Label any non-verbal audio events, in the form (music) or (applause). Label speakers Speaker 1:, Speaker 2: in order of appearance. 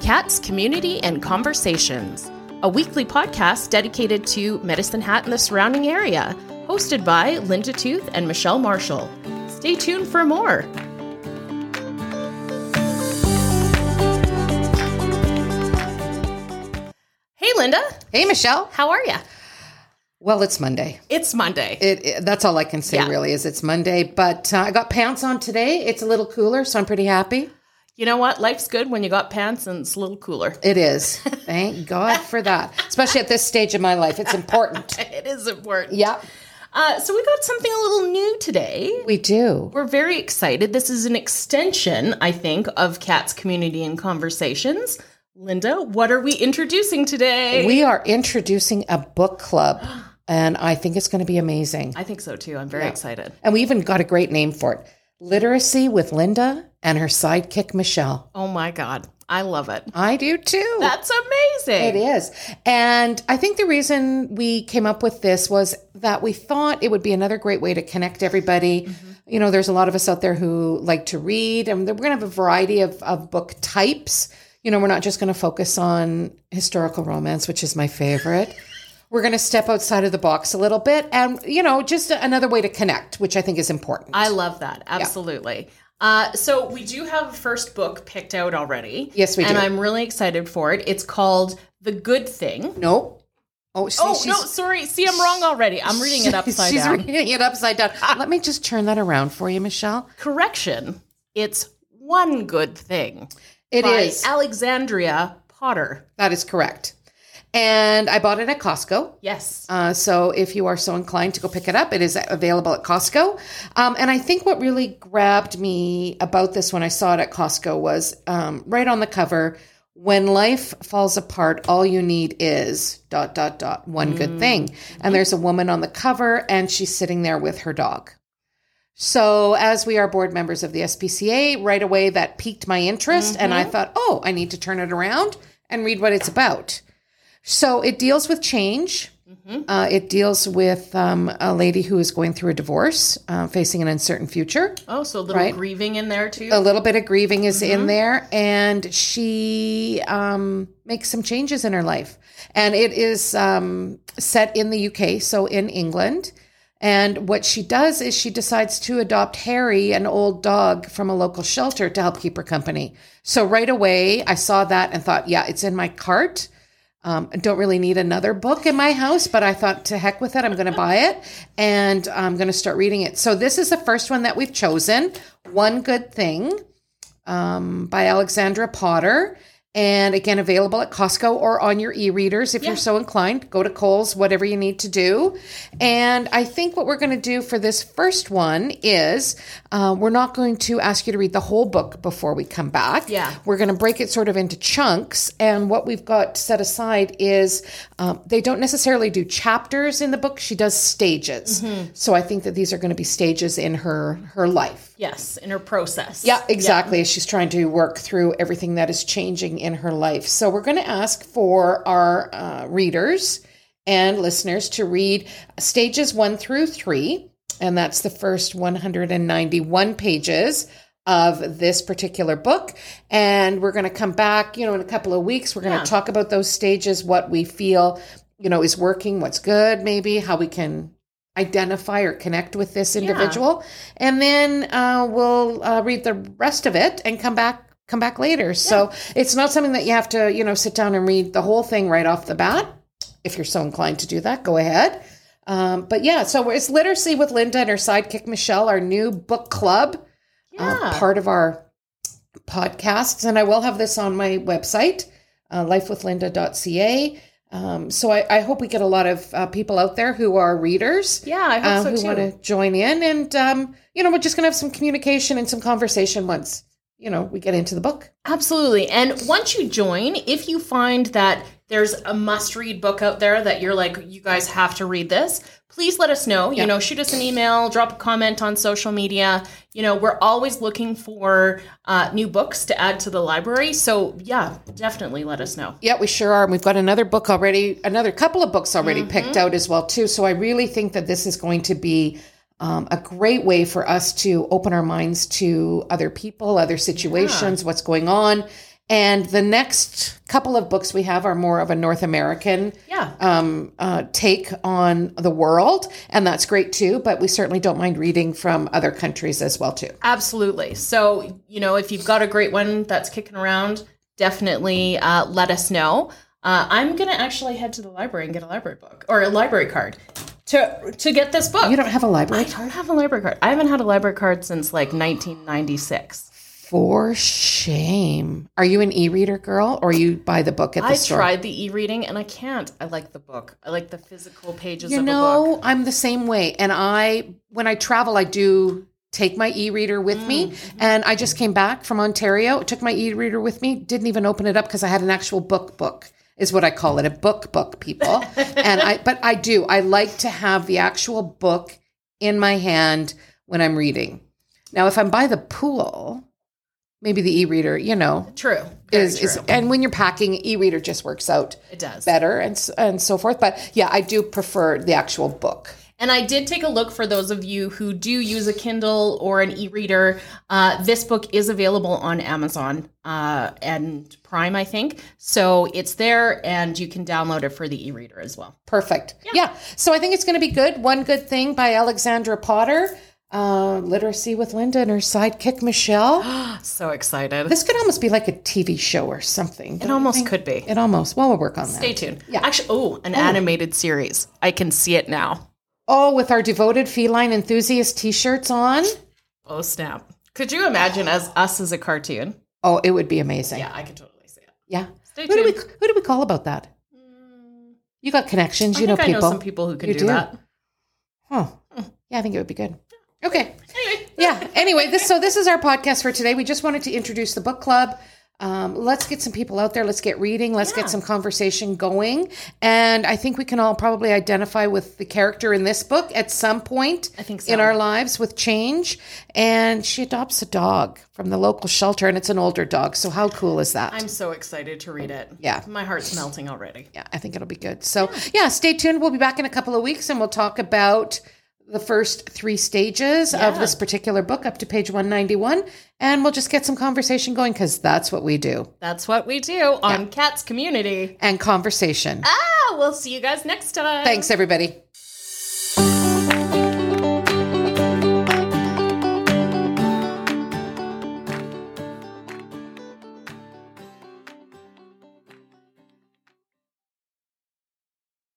Speaker 1: Cats, Community, and Conversations, a weekly podcast dedicated to Medicine Hat and the surrounding area, hosted by Linda Tooth and Michelle Marshall. Stay tuned for more. Hey, Linda.
Speaker 2: Hey, Michelle.
Speaker 1: How are you?
Speaker 2: Well, it's Monday.
Speaker 1: It's Monday.
Speaker 2: It, it- that's all I can say
Speaker 1: Yeah.
Speaker 2: really is it's Monday, but uh, I got pants on today. It's a little cooler, so I'm pretty happy.
Speaker 1: You know what? Life's good when you got pants and it's a little cooler.
Speaker 2: It is. Thank God for that, especially at this stage of my life. It's important.
Speaker 1: (laughs) (laughs) It is important.
Speaker 2: Yep,
Speaker 1: Uh, so, we got something a little new today.
Speaker 2: we do.
Speaker 1: We're very excited. This is an extension, I think, of Cat's Community and Conversations. Linda, what are we introducing today?
Speaker 2: We are introducing a book club, and I think it's going to be amazing.
Speaker 1: I think so too. I'm very excited.
Speaker 2: And we even got a great name for it Literacy with Linda and her sidekick, Michelle.
Speaker 1: Oh my God. I love it.
Speaker 2: I do too.
Speaker 1: That's amazing.
Speaker 2: It is. And I think the reason we came up with this was that we thought it would be another great way to connect everybody.
Speaker 1: Mm-hmm.
Speaker 2: You know, there's a lot of us out there who like to read, and we're going to have a variety of, of book types. You know, we're not just going to focus on historical romance, which is my
Speaker 1: (laughs)
Speaker 2: favorite. We're going to step outside of the box a little bit and, you know, just another way to connect, which I think is important.
Speaker 1: I love that. Absolutely. Uh, so we do have a first book picked out already.
Speaker 2: Yes, we
Speaker 1: And
Speaker 2: do.
Speaker 1: I'm really excited for it. It's called The Good Thing.
Speaker 2: nope. Oh, see,
Speaker 1: Oh,
Speaker 2: she's,
Speaker 1: no, sorry. See, I'm wrong already. I'm reading (laughs) it upside
Speaker 2: (laughs) she's
Speaker 1: down.
Speaker 2: reading it
Speaker 1: (laughs)
Speaker 2: upside down. Let me just turn that around for you, Michelle.
Speaker 1: Correction. It's One Good Thing.
Speaker 2: It is.
Speaker 1: by Alexandria Potter.
Speaker 2: That is correct. And I bought it at Costco.
Speaker 1: Yes.
Speaker 2: Uh, so if you are so inclined to go pick it up, it is available at Costco. Um, and I think what really grabbed me about this when I saw it at Costco was um, right on the cover when life falls apart, all you need is dot, dot, dot, one good thing. And there's a woman on the cover and she's sitting there with her dog. So, as we are board members of the SPCA, right away that piqued my interest, and I thought, oh, I need to turn it around and read what it's about. So, it deals with change. Uh, it deals with um, a lady who is going through a divorce, uh, facing an uncertain future.
Speaker 1: oh, so a little
Speaker 2: right. Oh.
Speaker 1: grieving in there too.
Speaker 2: A little bit of grieving is in there, and she um, makes some changes in her life. And it is um, set in the UK, so in England. And what she does is she decides to adopt Harry, an old dog from a local shelter, to help keep her company. So right away, I saw that and thought, yeah, it's in my cart. Um, I don't really need another book in my house, but I thought to heck with it. I'm going to buy it and I'm going to start reading it. So this is the first one that we've chosen. One Good Thing um, by Alexandra Potter. And again, available at Costco or on your e readers if you're so inclined. Go to Kohl's, whatever you need to do. And I think what we're going to do for this first one is uh, we're not going to ask you to read the whole book before we come back.
Speaker 1: Yeah.
Speaker 2: We're going to break it sort of into chunks. And what we've got set aside is um, they don't necessarily do chapters in the book, she does stages. So I think that these are going to be stages in her, her life.
Speaker 1: yes, in her process.
Speaker 2: Yeah, exactly. As she's trying to work through everything that is changing in her life. So we're going to ask for our uh, readers and listeners to read stages one through three, and that's the first 191 pages of this particular book. And we're going to come back, you know, in a couple of weeks. We're going to talk about those stages, what we feel, you know, is working, what's good, maybe how we can identify or connect with this individual and then uh, we'll uh, read the rest of it and come back come back later so it's not something that you have to you know sit down and read the whole thing right off the bat if you're so inclined to do that go ahead um, but yeah so it's literacy with linda and her sidekick michelle our new book club uh,
Speaker 1: Yeah.
Speaker 2: part of our podcasts and i will have this on my website uh, lifewithlinda.ca um, so I, I hope we get a lot of uh, people out there who are readers
Speaker 1: Yeah, I
Speaker 2: uh,
Speaker 1: hope
Speaker 2: who
Speaker 1: so too.
Speaker 2: want to join in and um, you know we're just going to have some communication and some conversation once you know we get into the book
Speaker 1: Absolutely. And once you join, if you find that there's a must read book out there that you're like, you guys have to read this, please let us know. You know, shoot us an email, drop a comment on social media. You know, we're always looking for uh, new books to add to the library. So, yeah, definitely let us know.
Speaker 2: yeah we sure are and we've got another book already another couple of books already picked out as well too so i really think that this is going to be um, a great way for us to open our minds to other people other situations what's going on And the next couple of books we have are more of a North American
Speaker 1: Yeah.
Speaker 2: um, uh, take on the world, and that's great too. But we certainly don't mind reading from other countries as well too.
Speaker 1: Absolutely. So, you know, if you've got a great one that's kicking around, definitely uh, let us know. Uh, I'm going to actually head to the library and get a library book or a library card to to get this book.
Speaker 2: You don't have a library
Speaker 1: I don't have a library card. I haven't had a library card since like 1996.
Speaker 2: for shame. Are you an e-reader girl, or you buy the book at the
Speaker 1: I
Speaker 2: store?
Speaker 1: tried the e-reading and I can't. I like the book. I like the physical pages
Speaker 2: You
Speaker 1: of a book.
Speaker 2: know, I'm the same way, and I when I travel, I do take my e-reader with me.
Speaker 1: Mm.
Speaker 2: And I just came back from Ontario, took my e-reader with me, didn't even open it up because I had an actual book book is what I call it, a book
Speaker 1: (laughs)
Speaker 2: book people. and I but I do. I like to have the actual book in my hand when I'm reading. Now, if I'm by the pool, maybe the e-reader, you know,
Speaker 1: True. Very
Speaker 2: is,
Speaker 1: true.
Speaker 2: is and when you're packing, e-reader just works out
Speaker 1: it does.
Speaker 2: better and s- and so forth. But yeah, I do prefer the actual book.
Speaker 1: And I did take a look for those of you who do use a Kindle or an e-reader. Uh, this book is available on Amazon uh, and Prime, I think. So it's there, and you can download it for the e-reader as well.
Speaker 2: Perfect. Yeah. So I think it's going to be good. One good thing by Alexandra Potter, uh, Literacy with Linda and her sidekick
Speaker 1: (gasps)
Speaker 2: Michelle.
Speaker 1: So excited!
Speaker 2: This could almost be like a TV show or something.
Speaker 1: it almost could be.
Speaker 2: It almost. Well, we'll work on that.
Speaker 1: Stay tuned. Actually, oh, an animated series. I can see it now.
Speaker 2: Oh, with our devoted feline enthusiast T-shirts on.
Speaker 1: Oh snap! Could you imagine as us as a cartoon?
Speaker 2: Oh, it would be amazing. Yeah.
Speaker 1: Yeah, I could totally see it. Stay
Speaker 2: Who do we
Speaker 1: tuned. Mm.
Speaker 2: Who do we call about that? You got connections.
Speaker 1: I
Speaker 2: you know
Speaker 1: think I
Speaker 2: people.
Speaker 1: know some people who can
Speaker 2: You
Speaker 1: do,
Speaker 2: do.
Speaker 1: that.
Speaker 2: Huh. Yeah, I think it would be good. Okay. Yeah. Anyway, this so this is our podcast for today. We just wanted to introduce the book club. Um, let's get some people out there. Let's get reading. Let's get some conversation going. And I think we can all probably identify with the character in this book at some point I
Speaker 1: think so.
Speaker 2: in our lives with change. And she adopts a dog from the local shelter, and it's an older dog. So how cool is that?
Speaker 1: I'm so excited to read it.
Speaker 2: Yeah.
Speaker 1: my heart's melting already.
Speaker 2: yeah, I think it'll be good. So, yeah, stay tuned. We'll be back in a couple of weeks and we'll talk about the first three stages of this particular book up to page 191. And we'll just get some conversation going because that's what we do.
Speaker 1: That's what we do on Cats Community.
Speaker 2: And conversation.
Speaker 1: Ah, we'll see you guys next time.
Speaker 2: Thanks, everybody.